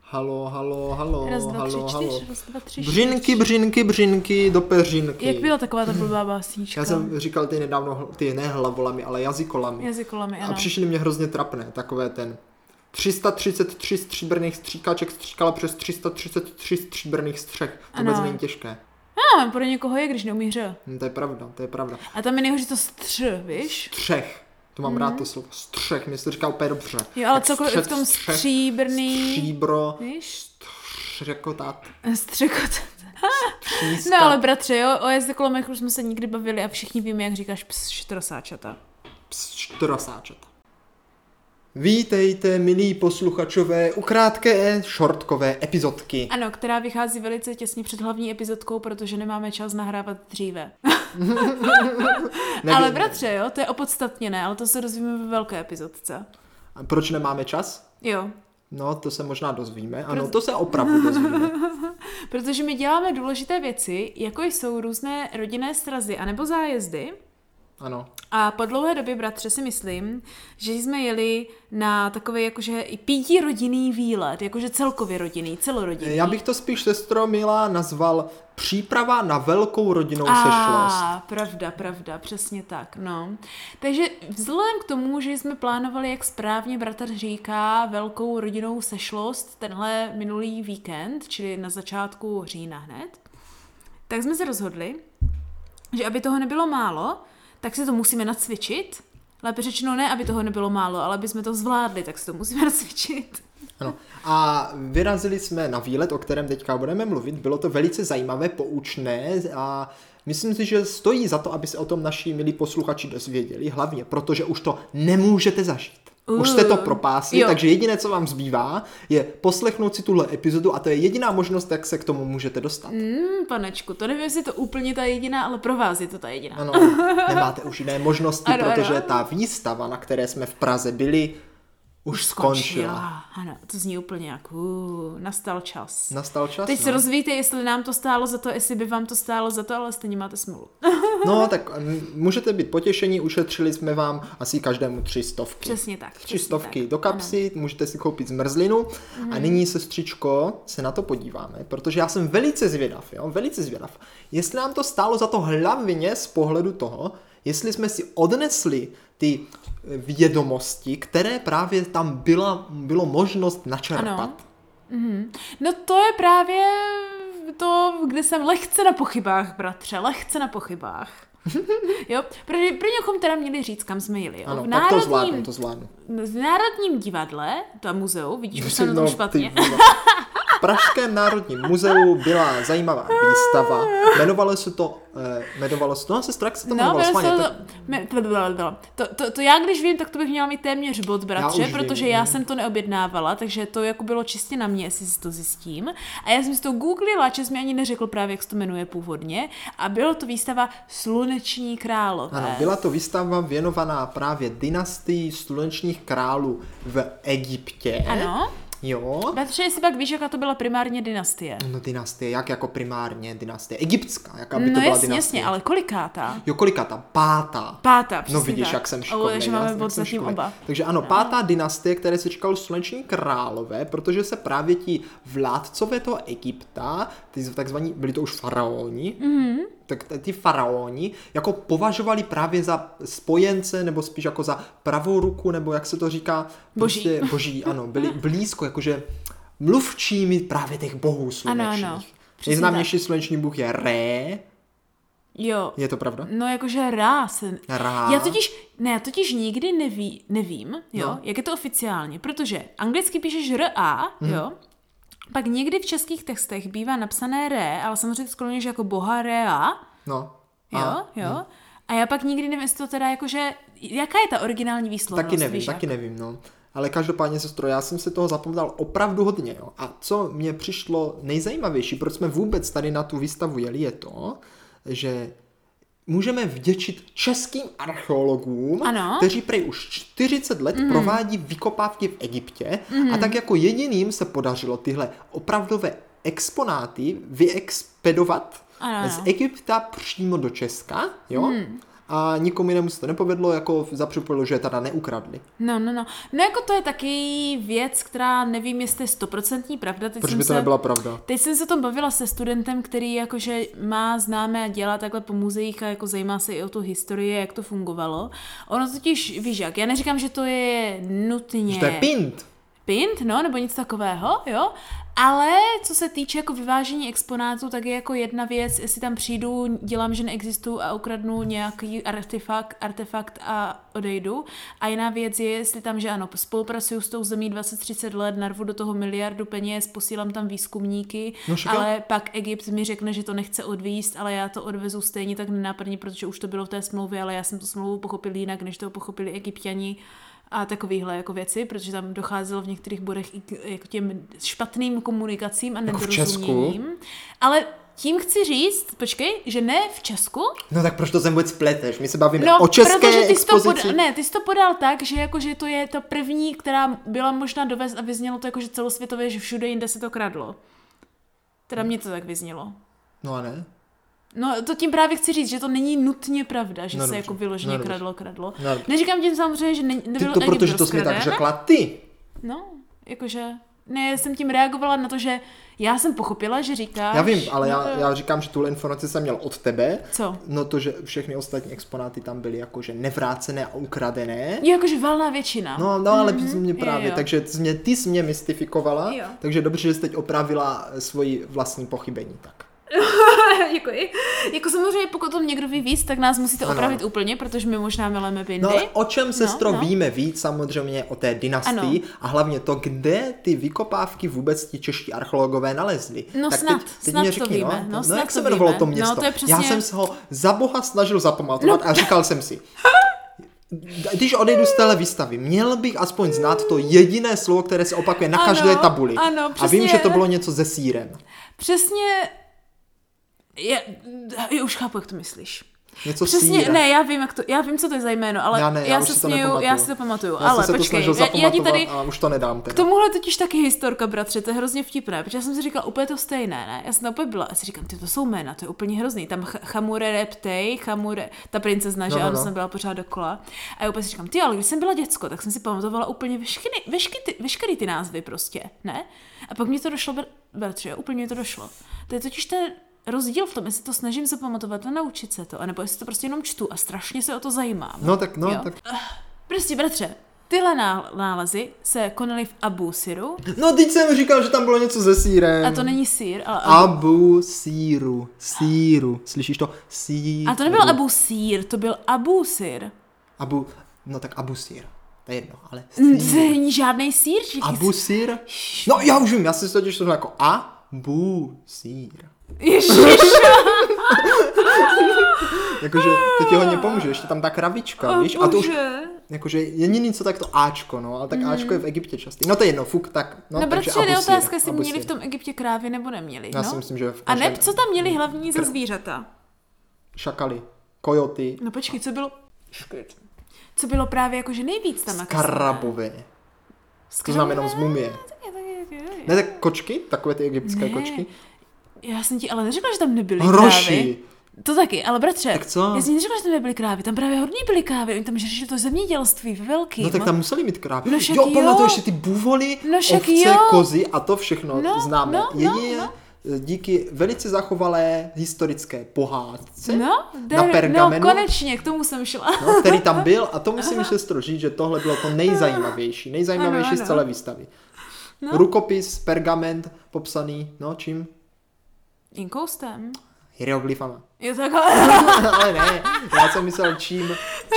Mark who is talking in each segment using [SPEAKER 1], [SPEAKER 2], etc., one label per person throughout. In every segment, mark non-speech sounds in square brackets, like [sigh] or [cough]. [SPEAKER 1] Halo, halo, halo,
[SPEAKER 2] Raz, dva,
[SPEAKER 1] halo,
[SPEAKER 2] tři,
[SPEAKER 1] halo.
[SPEAKER 2] čtyř, raz, dva, tři,
[SPEAKER 1] Břinky,
[SPEAKER 2] čtyř.
[SPEAKER 1] břinky, břinky, do peřinky.
[SPEAKER 2] Jak byla taková ta blbá básnička?
[SPEAKER 1] Já jsem říkal ty nedávno, hl- ty ne hlavolami, ale jazykolami.
[SPEAKER 2] Jazykolami,
[SPEAKER 1] A
[SPEAKER 2] ano.
[SPEAKER 1] přišly mě hrozně trapné, takové ten. 333 stříbrných stříkaček stříkala přes 333 stříbrných střech. To
[SPEAKER 2] Ano.
[SPEAKER 1] vůbec není těžké.
[SPEAKER 2] No, pro někoho je, když neumí hře.
[SPEAKER 1] Hm, to je pravda, to je pravda.
[SPEAKER 2] A tam je nejhorší to stř, víš?
[SPEAKER 1] Střech. To mám rád to slovo. Střech, mě se to říká úplně dobře.
[SPEAKER 2] Mhm. Jo, ale
[SPEAKER 1] Tak
[SPEAKER 2] cokoliv
[SPEAKER 1] střech,
[SPEAKER 2] v tom
[SPEAKER 1] střech,
[SPEAKER 2] stříbrný...
[SPEAKER 1] Stříbro,
[SPEAKER 2] Víš?
[SPEAKER 1] šrekotat,
[SPEAKER 2] Střekot.
[SPEAKER 1] třískat.
[SPEAKER 2] [laughs] No ale bratře, jo, o jazykolomech už jsme se nikdy bavili a všichni víme, jak říkáš ps, štrosáčata.
[SPEAKER 1] čtyrosáčet. Vítejte, milí posluchačové, u krátké shortkové epizodky.
[SPEAKER 2] Ano, která vychází velice těsně před hlavní epizodkou, protože nemáme čas nahrávat dříve.
[SPEAKER 1] [laughs]
[SPEAKER 2] [laughs]
[SPEAKER 1] Nevím,
[SPEAKER 2] Ale bratře, jo, to je opodstatněné, ale to se dozvíme ve velké epizodce.
[SPEAKER 1] a Proč nemáme čas?
[SPEAKER 2] Jo,
[SPEAKER 1] No, to se možná dozvíme. Ano, to se opravdu dozvíme.
[SPEAKER 2] protože my děláme důležité věci, jako jsou různé rodinné srazy anebo zájezdy.
[SPEAKER 1] Ano.
[SPEAKER 2] A po dlouhé době, bratře, si myslím, že jsme jeli na takový jakože i pítí rodinný výlet, jakože celkově rodinný, celorodinný.
[SPEAKER 1] Já bych to spíš, sestro Milá, nazval příprava na velkou rodinnou sešlost.
[SPEAKER 2] A, pravda, pravda, přesně tak, no. Takže vzhledem k tomu, že jsme plánovali, jak správně bratr říká, velkou rodinnou sešlost tenhle minulý víkend, čili na začátku října hned, tak jsme se rozhodli, že aby toho nebylo málo, tak si to musíme nacvičit. Lépe řečeno ne, aby toho nebylo málo, ale aby jsme to zvládli, tak si to musíme [laughs] nacvičit.
[SPEAKER 1] Ano. No, A vyrazili jsme na výlet, o kterém teďka budeme mluvit. Bylo to velice zajímavé, poučné a myslím si, že stojí za to, aby se o tom naši milí posluchači dozvěděli. Hlavně protože už to nemůžete zažít. Už jste to
[SPEAKER 2] Uh,
[SPEAKER 1] propásli,
[SPEAKER 2] jo.
[SPEAKER 1] takže jediné, co vám zbývá, je poslechnout si tuhle epizodu a to je jediná možnost, jak se k tomu můžete dostat.
[SPEAKER 2] Hmm, panečku, to nevím, jestli je to úplně ta jediná, ale pro vás je to ta jediná. [laughs]
[SPEAKER 1] Ano, nemáte už jiné možnosti,
[SPEAKER 2] Ano, ano.
[SPEAKER 1] protože ta výstava, na které jsme v Praze byli, už skončila.
[SPEAKER 2] Ano, to zní úplně jak uh, nastal čas.
[SPEAKER 1] Nastal čas.
[SPEAKER 2] Teď
[SPEAKER 1] no.
[SPEAKER 2] se rozvíjte, jestli nám to stálo za to, jestli by vám to stálo za to, ale stejně máte smůlu. [laughs]
[SPEAKER 1] No, tak m, můžete být potěšení, ušetřili jsme vám asi každému tři stovky.
[SPEAKER 2] Přesně tak.
[SPEAKER 1] Tři
[SPEAKER 2] přesně
[SPEAKER 1] stovky
[SPEAKER 2] tak. Mhm.
[SPEAKER 1] do kapsy, ano. můžete si koupit zmrzlinu a nyní, sestřičko, se na to podíváme, protože já jsem velice zvědav, jo, velice zvědav. Jestli nám to stálo za to hlavně z pohledu toho, jestli jsme si odnesli ty eh, vědomosti, které právě tam byla, bylo možnost načerpat.
[SPEAKER 2] Ano. No to je právě to, kde jsem lehce na pochybách, bratře, lehce
[SPEAKER 1] [laughs]
[SPEAKER 2] na pochybách. jo, protože pro někom teda měli říct, kam jsme jeli. Jo?
[SPEAKER 1] Ano,
[SPEAKER 2] v,
[SPEAKER 1] tak to
[SPEAKER 2] národním,
[SPEAKER 1] zvládnu, to zvládnu.
[SPEAKER 2] v Národním divadle, to muzeu, vidíš, už jsem na tom špatně.
[SPEAKER 1] no, ty
[SPEAKER 2] [laughs]
[SPEAKER 1] vole. V Pražském národním muzeu byla zajímavá výstava. Jmenovalo se to, eh, jmenovalo se to, no sestra, jak se to
[SPEAKER 2] No,
[SPEAKER 1] jmenovalo?
[SPEAKER 2] bylo
[SPEAKER 1] Svaně,
[SPEAKER 2] to,
[SPEAKER 1] tak-
[SPEAKER 2] me- bla, bla, bla. to, to, to já když vím, tak to bych měla mít téměř bod, bratře,
[SPEAKER 1] už vím,
[SPEAKER 2] protože já
[SPEAKER 1] mhm.
[SPEAKER 2] jsem to neobjednávala, takže to jako bylo čistě na mě, jestli si to zjistím. A já jsem si to googlila, čes mi ani neřekl právě, jak se to jmenuje původně. A bylo to výstava Sluneční králové.
[SPEAKER 1] Ano, byla to výstava věnovaná právě dynastii slunečních králů v Egyptě.
[SPEAKER 2] Ano.
[SPEAKER 1] Jo.
[SPEAKER 2] Bratře, jestli pak víš, jaká to byla primárně dynastie.
[SPEAKER 1] No dynastie, jak jako primárně dynastie? Egyptská, jaká by to
[SPEAKER 2] no
[SPEAKER 1] byla
[SPEAKER 2] jasně,
[SPEAKER 1] dynastie?
[SPEAKER 2] jasně, ale kolikátá?
[SPEAKER 1] Jo, kolika ta? Pátá.
[SPEAKER 2] Pátá, přesně
[SPEAKER 1] No vidíš,
[SPEAKER 2] tak.
[SPEAKER 1] jak jsem
[SPEAKER 2] Ale
[SPEAKER 1] šikovný.
[SPEAKER 2] že
[SPEAKER 1] já-
[SPEAKER 2] máme
[SPEAKER 1] jak
[SPEAKER 2] bod
[SPEAKER 1] jsem
[SPEAKER 2] zatím
[SPEAKER 1] šikovný.
[SPEAKER 2] oba.
[SPEAKER 1] Takže ano, pátá dynastie, které se říkalo Sluneční králové, protože se právě ti vládcové toho Egypta, ty takzvaní, byli to už faraoni,
[SPEAKER 2] Mhm.
[SPEAKER 1] mm-hmm. tak t- ti faraoni jako považovali právě za spojence, nebo spíš jako za pravou ruku, nebo jak se to říká,
[SPEAKER 2] Boží.
[SPEAKER 1] prostě boží, ano,
[SPEAKER 2] [laughs]
[SPEAKER 1] byli blízko, jakože mluvčími právě těch bohů
[SPEAKER 2] ano.
[SPEAKER 1] slunečních.
[SPEAKER 2] Přesně
[SPEAKER 1] Nejznámější sluneční bůh je Ré,
[SPEAKER 2] Jo.
[SPEAKER 1] je to pravda?
[SPEAKER 2] No jakože rá se...
[SPEAKER 1] Rá.
[SPEAKER 2] Já totiž, ne, já totiž nikdy neví, nevím, jo,
[SPEAKER 1] No.
[SPEAKER 2] no. jak je to oficiálně, protože anglicky píšeš ra,
[SPEAKER 1] Mhm.
[SPEAKER 2] hmm. jo, pak někdy v českých textech bývá napsané re, ale samozřejmě skloníš jako boha rea,
[SPEAKER 1] No.
[SPEAKER 2] jo,
[SPEAKER 1] A- no.
[SPEAKER 2] jo. A já pak nikdy nevím, jestli to teda jakože, jaká je ta originální výslovnost,
[SPEAKER 1] Taky nevím,
[SPEAKER 2] víš,
[SPEAKER 1] taky
[SPEAKER 2] No, jak?
[SPEAKER 1] nevím, no. Ale každopádně, sestro, já jsem se toho zapomínal opravdu hodně, jo. A co mě přišlo nejzajímavější, proč jsme vůbec tady na tu výstavu jeli, je to, že můžeme vděčit českým archeologům,
[SPEAKER 2] Ano. Mhm.
[SPEAKER 1] kteří prej už 40 let mm. provádí vykopávky v Egyptě mm. a tak jako jediným se podařilo tyhle opravdové exponáty vyexpedovat
[SPEAKER 2] Ano,
[SPEAKER 1] z
[SPEAKER 2] ano. Hmm.
[SPEAKER 1] Egypta přímo do Česka, jo? Mm. a nikomu jinému se to nepovedlo, jako zapřipojilo, že je teda neukradli.
[SPEAKER 2] No, no, no. No jako to je taky věc, která nevím, jestli je stoprocentní pravda. Teď
[SPEAKER 1] Proč
[SPEAKER 2] jsem
[SPEAKER 1] by to
[SPEAKER 2] se...
[SPEAKER 1] nebyla pravda?
[SPEAKER 2] Teď jsem se o tom bavila se studentem, který jakože má známé a dělá takhle po muzeích a jako zajímá se i o tu historii, jak to fungovalo. Ono totiž, víš jak, já neříkám, že to je nutně...
[SPEAKER 1] Že to je pint.
[SPEAKER 2] pint, no, nebo něco takového, jo. Ale co se týče jako vyvážení exponátů, tak je jako jedna věc, jestli tam přijdu, dělám, že neexistuju a ukradnu nějaký artefakt, artefakt a odejdu. A jiná věc je, jestli tam, že ano, spolupracuju s tou zemí 20-30 let, narvu do toho miliardu peněz, posílám tam výzkumníky,
[SPEAKER 1] No, šika.
[SPEAKER 2] ale pak Egypt mi řekne, že to nechce odvíst, ale já to odvezu stejně tak nenápadně, protože už to bylo v té smlouvě, ale já jsem tu smlouvu pochopil jinak, než to pochopili egyptiani a takovýhle jako věci, protože tam docházelo v některých bodech i k jako těm špatným komunikacím a
[SPEAKER 1] Jako v Česku?
[SPEAKER 2] nedorozuměním. ale tím chci říct, počkej, že ne v Česku,
[SPEAKER 1] No tak proč to sem vůbec pleteš? My se bavíme
[SPEAKER 2] No,
[SPEAKER 1] o
[SPEAKER 2] protože
[SPEAKER 1] české
[SPEAKER 2] ty jsi, to
[SPEAKER 1] expozici.
[SPEAKER 2] podal, ne, ty jsi to podal tak, že jako, že to je ta první, která byla možná dovést a vyznělo to jako, že celosvětově, že všude jinde se to kradlo. Teda mě to tak vyznělo.
[SPEAKER 1] No a ne.
[SPEAKER 2] No to tím právě chci říct, že to není nutně pravda, že
[SPEAKER 1] No
[SPEAKER 2] no, se
[SPEAKER 1] dobře,
[SPEAKER 2] jako vyloženě
[SPEAKER 1] no
[SPEAKER 2] no,
[SPEAKER 1] dobře.
[SPEAKER 2] kradlo, kradlo.
[SPEAKER 1] No dobře.
[SPEAKER 2] Neříkám tím samozřejmě, že ne,
[SPEAKER 1] Ty
[SPEAKER 2] nebyl
[SPEAKER 1] to,
[SPEAKER 2] No, ani prostě
[SPEAKER 1] protože to jsi mi tak
[SPEAKER 2] rozkraden.
[SPEAKER 1] řekla ty.
[SPEAKER 2] No, jakože... Ne, já jsem tím reagovala na to, že já jsem pochopila, že říkáš...
[SPEAKER 1] Já vím, ale
[SPEAKER 2] no
[SPEAKER 1] já,
[SPEAKER 2] to-
[SPEAKER 1] já říkám, že tuhle informaci jsem měl od tebe.
[SPEAKER 2] Co?
[SPEAKER 1] No to, že všechny ostatní exponáty tam byly jakože nevrácené a ukradené.
[SPEAKER 2] Je jakože valná většina.
[SPEAKER 1] No, no ale mm-hmm, mě
[SPEAKER 2] Mhm. jo,
[SPEAKER 1] právě,
[SPEAKER 2] jo.
[SPEAKER 1] takže ty jsi mě, ty jsi mě mystifikovala,
[SPEAKER 2] Jo.
[SPEAKER 1] takže dobře, že jsi teď opravila eh, svoji vlastní pochybení. Tak.
[SPEAKER 2] Děkuji. [laughs] Jako samozřejmě, pokud to někdo ví víc, tak nás musíte
[SPEAKER 1] Ano.
[SPEAKER 2] opravit úplně, protože my možná mileme bindy.
[SPEAKER 1] No ale o čem, sestro,
[SPEAKER 2] no.
[SPEAKER 1] víme víc samozřejmě o té dynastii
[SPEAKER 2] Ano.
[SPEAKER 1] a hlavně to, kde ty vykopávky vůbec ti čeští archeologové nalezli.
[SPEAKER 2] No
[SPEAKER 1] tak
[SPEAKER 2] snad,
[SPEAKER 1] teď, teď
[SPEAKER 2] snad
[SPEAKER 1] mě
[SPEAKER 2] to
[SPEAKER 1] řekni,
[SPEAKER 2] víme, no
[SPEAKER 1] no,
[SPEAKER 2] snad
[SPEAKER 1] jak
[SPEAKER 2] to
[SPEAKER 1] se jmenovalo
[SPEAKER 2] víme.
[SPEAKER 1] to
[SPEAKER 2] No,
[SPEAKER 1] město?
[SPEAKER 2] to je přesně-
[SPEAKER 1] Já jsem se ho za boha snažil zapamatovat no. a říkal jsem si, když odejdu z téhle výstavy, měl bych aspoň znát to jediné slovo, které se opakuje na
[SPEAKER 2] Ano,
[SPEAKER 1] každé tabuli.
[SPEAKER 2] ano,
[SPEAKER 1] a vím,
[SPEAKER 2] přesně.
[SPEAKER 1] že to bylo něco se sírem.
[SPEAKER 2] Přesně... Je, já už chápu, jak to myslíš.
[SPEAKER 1] Něco
[SPEAKER 2] Přesně,
[SPEAKER 1] síra.
[SPEAKER 2] ne, já vím, jak to, já vím, co to je za jméno, ale
[SPEAKER 1] Já ne, já už
[SPEAKER 2] se
[SPEAKER 1] si to
[SPEAKER 2] směju,
[SPEAKER 1] nepamatuju.
[SPEAKER 2] já si to pamatuju,
[SPEAKER 1] Já
[SPEAKER 2] ale
[SPEAKER 1] jsem se to
[SPEAKER 2] počkej,
[SPEAKER 1] snažil
[SPEAKER 2] já, já ti
[SPEAKER 1] zapamatovat,
[SPEAKER 2] tady,
[SPEAKER 1] ale už to nedám
[SPEAKER 2] K
[SPEAKER 1] teda.
[SPEAKER 2] tomuhle totiž taky historka, bratře, to je hrozně vtipné, protože já jsem si říkala úplně to stejné, ne? Já jsem tam úplně byla a si říkám, ty to jsou jména, to je úplně hrozný. Tam Ch- Chamure Reptej, Chamure, ta princezna, že
[SPEAKER 1] no,
[SPEAKER 2] ano,
[SPEAKER 1] no.
[SPEAKER 2] jsem byla pořád dokola. A já úplně si říkám, ty, ale když jsem byla děcko, tak jsem si pamatovala úplně veškerý, veškerý, ty, veškerý ty názvy prostě, ne? A pak mi to došlo, br- bratře, jo, úplně mi to došlo. To je totiž ten rozdíl v tom, jestli to snažím se pamatovat a naučit se to, anebo jestli to prostě jenom čtu a strašně se o to zajímám.
[SPEAKER 1] No tak, no
[SPEAKER 2] Jo.
[SPEAKER 1] tak.
[SPEAKER 2] Prostě, bratře, tyhle ná- nálezy se konaly v Abu Siru,
[SPEAKER 1] No teď jsem říkal, že tam bylo něco se sírem.
[SPEAKER 2] A to není sír, ale Abu.
[SPEAKER 1] Abu síru, síru. Slyšíš to? Síru.
[SPEAKER 2] A to nebyl Abu sír, to byl Abu sír.
[SPEAKER 1] Abu, no tak abu sír. To je jedno, ale
[SPEAKER 2] Mm, To
[SPEAKER 1] sír.
[SPEAKER 2] není žádný sír, či-
[SPEAKER 1] Abu sír? No já už vím, já si totiž to jako abu sír.
[SPEAKER 2] Ježiš,
[SPEAKER 1] Jakože to ti hodně pomůže, ještě tam ta kravička, víš? A to už,
[SPEAKER 2] bože.
[SPEAKER 1] jakože jediný co tak to Ačko, no, ale tak Ačko je v Egyptě častý. No to je jedno, fuk, tak. No,
[SPEAKER 2] Mm. No
[SPEAKER 1] takže
[SPEAKER 2] bratře, je
[SPEAKER 1] Abu sír,
[SPEAKER 2] otázka, jestli
[SPEAKER 1] Abu
[SPEAKER 2] měli
[SPEAKER 1] sír.
[SPEAKER 2] v tom Egyptě krávy nebo neměli,
[SPEAKER 1] Já
[SPEAKER 2] no?
[SPEAKER 1] si myslím, že v
[SPEAKER 2] A ne,
[SPEAKER 1] každém-
[SPEAKER 2] co tam měli hlavní za zvířata?
[SPEAKER 1] Šakali, kojoty,
[SPEAKER 2] No počkej, co bylo... Co bylo právě jakože nejvíc tam? nakreslené?
[SPEAKER 1] karabové. To
[SPEAKER 2] Skrabové?
[SPEAKER 1] znamená jenom z mumie.
[SPEAKER 2] Taky, taky, taky, taky.
[SPEAKER 1] Ne, tak kočky, takové ty egyptské
[SPEAKER 2] Ne.
[SPEAKER 1] kočky.
[SPEAKER 2] Já jsem ti ale neřekla, že tam nebyly
[SPEAKER 1] Hroši.
[SPEAKER 2] krávy. To taky, ale bratře,
[SPEAKER 1] Tak co?
[SPEAKER 2] já jsem ti neřekla, že tam nebyly krávy, tam právě hodně byly krávy, oni tam řešili to zemědělství ve velkým.
[SPEAKER 1] No tak tam museli mít krávy.
[SPEAKER 2] No však
[SPEAKER 1] jo,
[SPEAKER 2] jo.
[SPEAKER 1] pamatuješ si ty buvoly,
[SPEAKER 2] No však
[SPEAKER 1] ovce,
[SPEAKER 2] jo.
[SPEAKER 1] kozy a to všechno
[SPEAKER 2] No,
[SPEAKER 1] známe.
[SPEAKER 2] no, no,
[SPEAKER 1] Jedině
[SPEAKER 2] no.
[SPEAKER 1] díky velice zachovalé historické pohádce
[SPEAKER 2] No,
[SPEAKER 1] Hm? na
[SPEAKER 2] jdeme-
[SPEAKER 1] pergamenu,
[SPEAKER 2] no, konečně, k tomu jsem šla.
[SPEAKER 1] no, který tam byl a to musím ještě říct, že tohle bylo to nejzajímavější, nejzajímavější
[SPEAKER 2] Ano,
[SPEAKER 1] z
[SPEAKER 2] ano. No.
[SPEAKER 1] celé výstavy. Rukopis, pergament, popsaný, no čím?
[SPEAKER 2] Inkoustem.
[SPEAKER 1] Hieroglyfama.
[SPEAKER 2] Jo [laughs] takhle,
[SPEAKER 1] [laughs] Ale ne, já jsem myslel čím,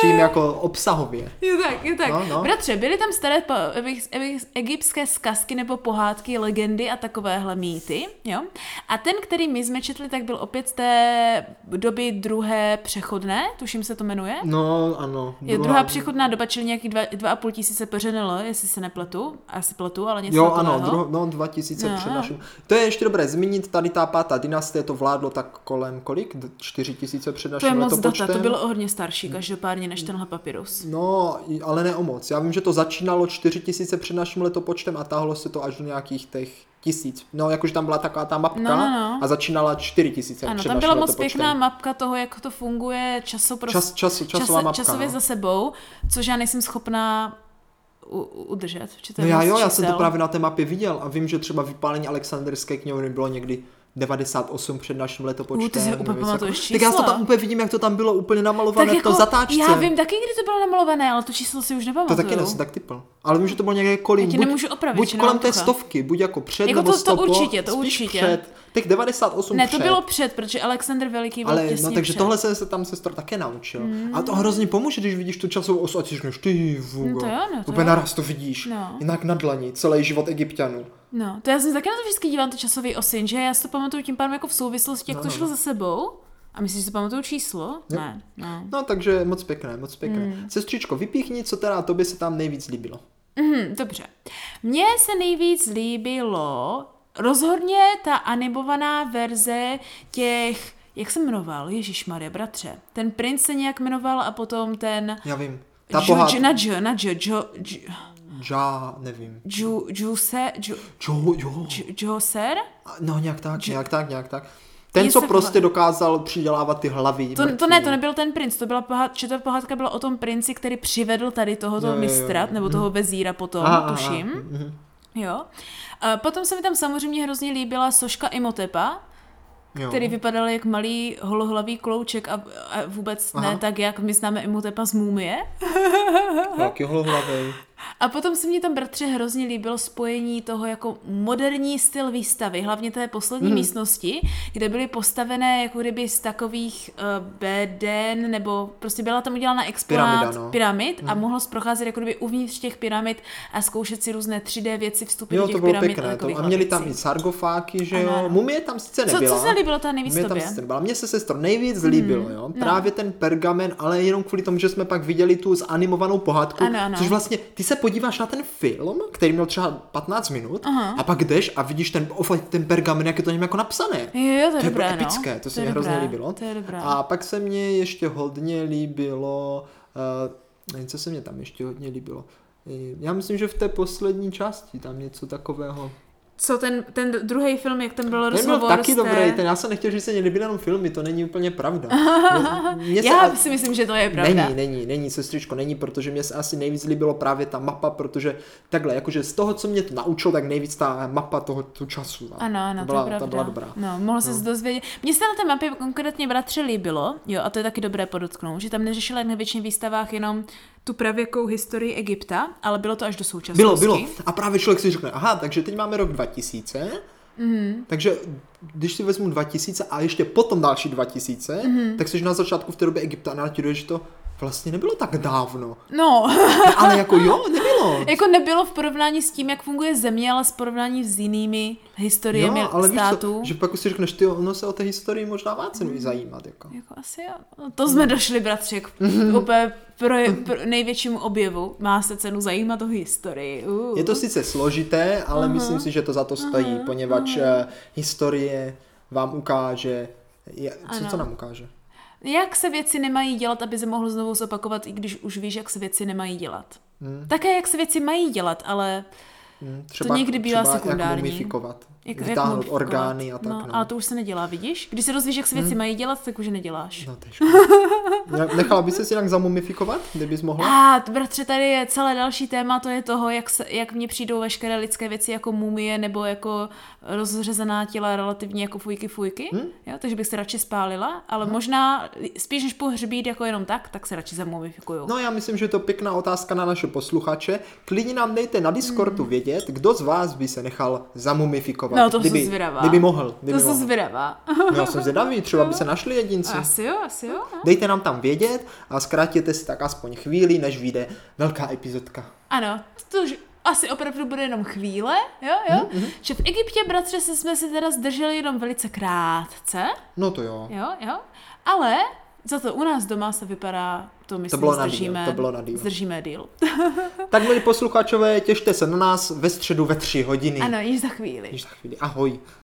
[SPEAKER 1] čím jako obsahově.
[SPEAKER 2] jo tak, jo tak.
[SPEAKER 1] No, no.
[SPEAKER 2] Bratře, byly tam staré po, evy- evy- egyptské zkazky nebo pohádky, legendy a takovéhle mýty, jo? A ten, který my jsme četli, tak byl opět z té doby druhé přechodné, tuším se to jmenuje.
[SPEAKER 1] No, ano.
[SPEAKER 2] Je druhá přechodná doba, čili nějaký dva, dva a půl tisíce PŘNL, jestli se nepletu. Asi pletu, ale něco
[SPEAKER 1] Jo,
[SPEAKER 2] takového.
[SPEAKER 1] ano, druho, no 2000
[SPEAKER 2] No.
[SPEAKER 1] před naším. To je ještě dobré zmínit, tady ta pátá dynastie to vládlo tak kolem kolik? D- 4000 před
[SPEAKER 2] To je
[SPEAKER 1] naším
[SPEAKER 2] moc data,
[SPEAKER 1] letopočtem.
[SPEAKER 2] to bylo o hodně starší každopádně
[SPEAKER 1] Hm.
[SPEAKER 2] než tenhle papirus.
[SPEAKER 1] No, i- ale ne o moc. Já vím, že to začínalo 4000 před naším letopočtem a táhlo se to až do nějakých těch tisíc. No, jakože tam byla taková ta mapka
[SPEAKER 2] No, no, no.
[SPEAKER 1] a začínala čtyři tisíce.
[SPEAKER 2] Ano,
[SPEAKER 1] třeba,
[SPEAKER 2] tam
[SPEAKER 1] šlo
[SPEAKER 2] byla
[SPEAKER 1] to
[SPEAKER 2] moc
[SPEAKER 1] počtem.
[SPEAKER 2] pěkná mapka toho, jak to funguje časopros...
[SPEAKER 1] Čas, čas, časová
[SPEAKER 2] čas-
[SPEAKER 1] mapka.
[SPEAKER 2] časově
[SPEAKER 1] no.
[SPEAKER 2] za sebou, což já nejsem schopná u- u- udržet. protože to
[SPEAKER 1] No
[SPEAKER 2] je
[SPEAKER 1] já
[SPEAKER 2] moc
[SPEAKER 1] jo, já jsem to
[SPEAKER 2] čísel.
[SPEAKER 1] právě na té mapě viděl a vím, že třeba vypálení Alexanderské knihovny bylo někdy 98 před naším letopočtem.
[SPEAKER 2] U, ty si
[SPEAKER 1] nebo
[SPEAKER 2] úplně
[SPEAKER 1] něco
[SPEAKER 2] pamatuješ
[SPEAKER 1] jako- Tak já to
[SPEAKER 2] čísla.
[SPEAKER 1] tam úplně vidím, jak to tam bylo úplně namalované v tom zatáčce.
[SPEAKER 2] jako Já vím taky, kdy to bylo namalované, ale to číslo si už
[SPEAKER 1] To
[SPEAKER 2] nepamatuju.
[SPEAKER 1] taky ne, jsem tak typl. Ale vím, že to bylo nějaké kolem.
[SPEAKER 2] Já ti
[SPEAKER 1] buď-
[SPEAKER 2] nemůžu opravit,
[SPEAKER 1] Buď
[SPEAKER 2] že
[SPEAKER 1] kolem
[SPEAKER 2] nemám
[SPEAKER 1] té
[SPEAKER 2] tucha.
[SPEAKER 1] stovky, buď jako před
[SPEAKER 2] Jako
[SPEAKER 1] nebo
[SPEAKER 2] to- to
[SPEAKER 1] stopo,
[SPEAKER 2] určitě, to
[SPEAKER 1] spíš
[SPEAKER 2] určitě.
[SPEAKER 1] Před. Těch 98
[SPEAKER 2] Ne,
[SPEAKER 1] před.
[SPEAKER 2] to bylo před, protože Alexander Veliký byl
[SPEAKER 1] ale
[SPEAKER 2] těsně
[SPEAKER 1] no, takže
[SPEAKER 2] před. Mm.
[SPEAKER 1] tohle jsem se tam sestra také naučil. A to hrozně pomůže, když vidíš tu časovou osu a ty říkáš, ty vůbec.
[SPEAKER 2] No to jo, no to
[SPEAKER 1] Úplně
[SPEAKER 2] jo.
[SPEAKER 1] naraz to vidíš.
[SPEAKER 2] No.
[SPEAKER 1] Jinak na dlani, celý život egyptianů.
[SPEAKER 2] No, to já jsem taky na to vždycky dívám, to časový osyn, že já si to pamatuju tím pádem jako v souvislosti, jak
[SPEAKER 1] No,
[SPEAKER 2] to
[SPEAKER 1] no.
[SPEAKER 2] šlo za sebou. A myslíš, že si pamatuju číslo? Ne, no.
[SPEAKER 1] No takže moc pěkné, moc pěkné.
[SPEAKER 2] Hmm.
[SPEAKER 1] Sestřičko, vypíchni, co teda tobě se tam nejvíc líbilo.
[SPEAKER 2] Mhm, dobře. Mně se nejvíc líbilo rozhodně ta animovaná verze těch, jak se jmenoval, Ježíš Maria, bratře. Ten princ se nějak jmenoval a potom ten...
[SPEAKER 1] Já vím. Ta
[SPEAKER 2] Ju-
[SPEAKER 1] pohádka.
[SPEAKER 2] Ju- Na J, na J, Jo, Ju-
[SPEAKER 1] Já nevím.
[SPEAKER 2] Ju- Juse, Ju-
[SPEAKER 1] Jo, jo.
[SPEAKER 2] Ju- Joser?
[SPEAKER 1] A- No nějak tak, nějak tak, nějak tak. Ten,
[SPEAKER 2] Je
[SPEAKER 1] co
[SPEAKER 2] se-
[SPEAKER 1] prostě dokázal přidělávat ty hlavy.
[SPEAKER 2] To, to
[SPEAKER 1] mrtvým.
[SPEAKER 2] ne, to nebyl ten princ, to byla pohádka, že ta pohádka byla o tom princi, který přivedl tady tohoto
[SPEAKER 1] Jo,
[SPEAKER 2] jo,
[SPEAKER 1] jo, jo.
[SPEAKER 2] mistra, nebo toho vezíra potom,
[SPEAKER 1] Aha, aha,
[SPEAKER 2] tuším.
[SPEAKER 1] mhm.
[SPEAKER 2] Jo. A potom se mi tam samozřejmě hrozně líbila soška Imotepa,
[SPEAKER 1] Jo.
[SPEAKER 2] který vypadal jak malý holohlavý klouček a, a vůbec Aha.
[SPEAKER 1] Aha.
[SPEAKER 2] ne tak, jak my známe Imotepa z mumie.
[SPEAKER 1] Velký holohlavej.
[SPEAKER 2] A potom se mě tam, bratře, hrozně líbilo spojení toho jako moderní styl výstavy, hlavně té poslední
[SPEAKER 1] Mhm.
[SPEAKER 2] hmm. místnosti, kde byly postavené jako kdyby z takových uh, beden, nebo prostě byla tam udělána exponát
[SPEAKER 1] Pyramida, no.
[SPEAKER 2] pyramid a mohlo procházet jako kdyby uvnitř těch pyramid a zkoušet si různé 3D věci, vstupy do
[SPEAKER 1] Jo,
[SPEAKER 2] těch
[SPEAKER 1] to bylo
[SPEAKER 2] pyramid
[SPEAKER 1] pěkné. To,
[SPEAKER 2] takových
[SPEAKER 1] a měli tam
[SPEAKER 2] věcí.
[SPEAKER 1] i sargofáky, že
[SPEAKER 2] Ano,
[SPEAKER 1] jo.
[SPEAKER 2] ano.
[SPEAKER 1] Mumie tam sice
[SPEAKER 2] co,
[SPEAKER 1] nebyla.
[SPEAKER 2] co se líbilo ta nejvíc
[SPEAKER 1] Mně tam
[SPEAKER 2] tobě?
[SPEAKER 1] se líbila. Mně se sestro nejvíc líbilo, jo.
[SPEAKER 2] no.
[SPEAKER 1] Právě ten pergamen, ale jenom kvůli tomu, že jsme pak viděli tu zanimovanou pohádku.
[SPEAKER 2] Ano, ano.
[SPEAKER 1] Což vlastně, ty se podíváš na ten film, který měl třeba 15 minut,
[SPEAKER 2] Aha.
[SPEAKER 1] a pak jdeš a vidíš ten, ofa- ten pergamen, jak je to něm jako napsané.
[SPEAKER 2] Jo, jo, to je,
[SPEAKER 1] To je
[SPEAKER 2] dobré,
[SPEAKER 1] dobré, epické,
[SPEAKER 2] no.
[SPEAKER 1] to se
[SPEAKER 2] je
[SPEAKER 1] mi hrozně
[SPEAKER 2] dobré,
[SPEAKER 1] líbilo.
[SPEAKER 2] To je dobré.
[SPEAKER 1] A pak se mně ještě hodně líbilo, uh, nevím, co se mě tam ještě hodně líbilo. Eh, Já myslím, že v té poslední části tam něco takového.
[SPEAKER 2] Co ten, ten druhý film, jak ten byl
[SPEAKER 1] Ten byl
[SPEAKER 2] rozhovor
[SPEAKER 1] taky
[SPEAKER 2] s té-
[SPEAKER 1] dobrý, ten já jsem nechtěl, že se mě líbí jenom filmy, to není úplně
[SPEAKER 2] [laughs]
[SPEAKER 1] pravda. Mně se
[SPEAKER 2] Já
[SPEAKER 1] a-
[SPEAKER 2] si myslím, že to je pravda.
[SPEAKER 1] Není, není, není, sestřičko, není, protože mě se asi nejvíc líbilo právě ta mapa, protože takhle, jakože z toho, co mě to naučilo, tak nejvíc ta mapa toho tu času. no.
[SPEAKER 2] Ano, ano,
[SPEAKER 1] ta byla,
[SPEAKER 2] to je pravda.
[SPEAKER 1] ta byla dobrá.
[SPEAKER 2] No, mohl se no. dozvědět. Mně se na té mapě konkrétně bratře líbilo, jo, a to je taky dobré podotknout, že tam neřešila jak na většině výstavách jenom tu pravěkou historii Egypta, ale bylo to až do současnosti.
[SPEAKER 1] Bylo, bylo. A právě člověk si řekne, aha, takže teď máme rok 2000,
[SPEAKER 2] Mhm.
[SPEAKER 1] mm. takže když si vezmu 2000 a ještě potom další 2000,
[SPEAKER 2] Mhm.
[SPEAKER 1] mm. tak jsi na začátku v té době Egypta a natěruješ že to vlastně nebylo tak dávno.
[SPEAKER 2] No, [laughs]
[SPEAKER 1] Ale jako jo, nebylo.
[SPEAKER 2] jako nebylo v porovnání s tím, jak funguje země, ale s porovnání s jinými historiemi
[SPEAKER 1] Jo, ale víš
[SPEAKER 2] států.
[SPEAKER 1] co, že pak už si řekneš, ty ono se o té historii možná má cenu i zajímat. Jako.
[SPEAKER 2] Jako asi jo. No, To jsme došli, bratře, k
[SPEAKER 1] Mhm.
[SPEAKER 2] úplně pro, pro největšímu objevu. Má se cenu zajímat o historii. Uh.
[SPEAKER 1] Je to sice složité, ale
[SPEAKER 2] Mhm.
[SPEAKER 1] uh-huh. myslím si, že to za to stojí, uh-huh. poněvadž uh-huh. historie vám ukáže, je, co,
[SPEAKER 2] Ano.
[SPEAKER 1] co nám ukáže?
[SPEAKER 2] Jak se věci nemají dělat, aby se mohlo znovu zopakovat, i když už víš, jak se věci nemají dělat.
[SPEAKER 1] Mhm.
[SPEAKER 2] Hmm. Také, jak se věci mají dělat, ale
[SPEAKER 1] Hm, Třeba,
[SPEAKER 2] někdy bývá
[SPEAKER 1] třeba jak
[SPEAKER 2] sekundární.
[SPEAKER 1] mumifikovat,
[SPEAKER 2] jak, jak
[SPEAKER 1] vytáhnout
[SPEAKER 2] modifikovat.
[SPEAKER 1] orgány a tak. No, Mhm.
[SPEAKER 2] No, ale to už se nedělá, vidíš? Když se dozvíš, jak se věci hmm. mají dělat, tak už je neděláš.
[SPEAKER 1] No, to je
[SPEAKER 2] [laughs]
[SPEAKER 1] škoda. Ne- Nechala bys se jinak zamumifikovat, kdybys mohla?
[SPEAKER 2] A t- bratře, tady je celé další téma, to je toho, jak, se, jak mně přijdou veškeré lidské věci jako mumie nebo jako rozřezaná těla relativně jako fujky fujky, hmm?
[SPEAKER 1] Hm?
[SPEAKER 2] jo, takže bych se radši spálila, ale hmm. možná spíš než pohřbít jako jenom tak, tak se radši jako zamumifikuju.
[SPEAKER 1] No já myslím, že to je pěkná otázka na naše posluchače. Klidně nám dejte na Discordu vědět, kdo z vás by se nechal zamumifikovat.
[SPEAKER 2] Hmm. No, to jsem
[SPEAKER 1] kdyby,
[SPEAKER 2] zvědavá.
[SPEAKER 1] Kdyby mohl. Kdyby
[SPEAKER 2] to jsem
[SPEAKER 1] mohl.
[SPEAKER 2] zvědavá.
[SPEAKER 1] No, já jsem zvědavý, třeba by se našli jedinci.
[SPEAKER 2] Asi jo, asi jo. no.
[SPEAKER 1] Dejte nám tam vědět a zkrátěte si tak aspoň chvíli, než vyjde velká epizodka.
[SPEAKER 2] Ano, to už asi opravdu bude jenom chvíle, jo, jo.
[SPEAKER 1] Mhm,
[SPEAKER 2] Že v Egyptě, bratře, se jsme se teda zdrželi jenom velice krátce,
[SPEAKER 1] No to jo.
[SPEAKER 2] jo, jo. Ale za to u nás doma se vypadá, to myslím,
[SPEAKER 1] bylo na
[SPEAKER 2] zdržíme,
[SPEAKER 1] díl, to bylo na díl.
[SPEAKER 2] zdržíme díl.
[SPEAKER 1] Tak milí posluchačové, těšte se na nás ve středu ve tři hodiny.
[SPEAKER 2] [laughs] Ano, již za chvíli.
[SPEAKER 1] Již za chvíli. Ahoj.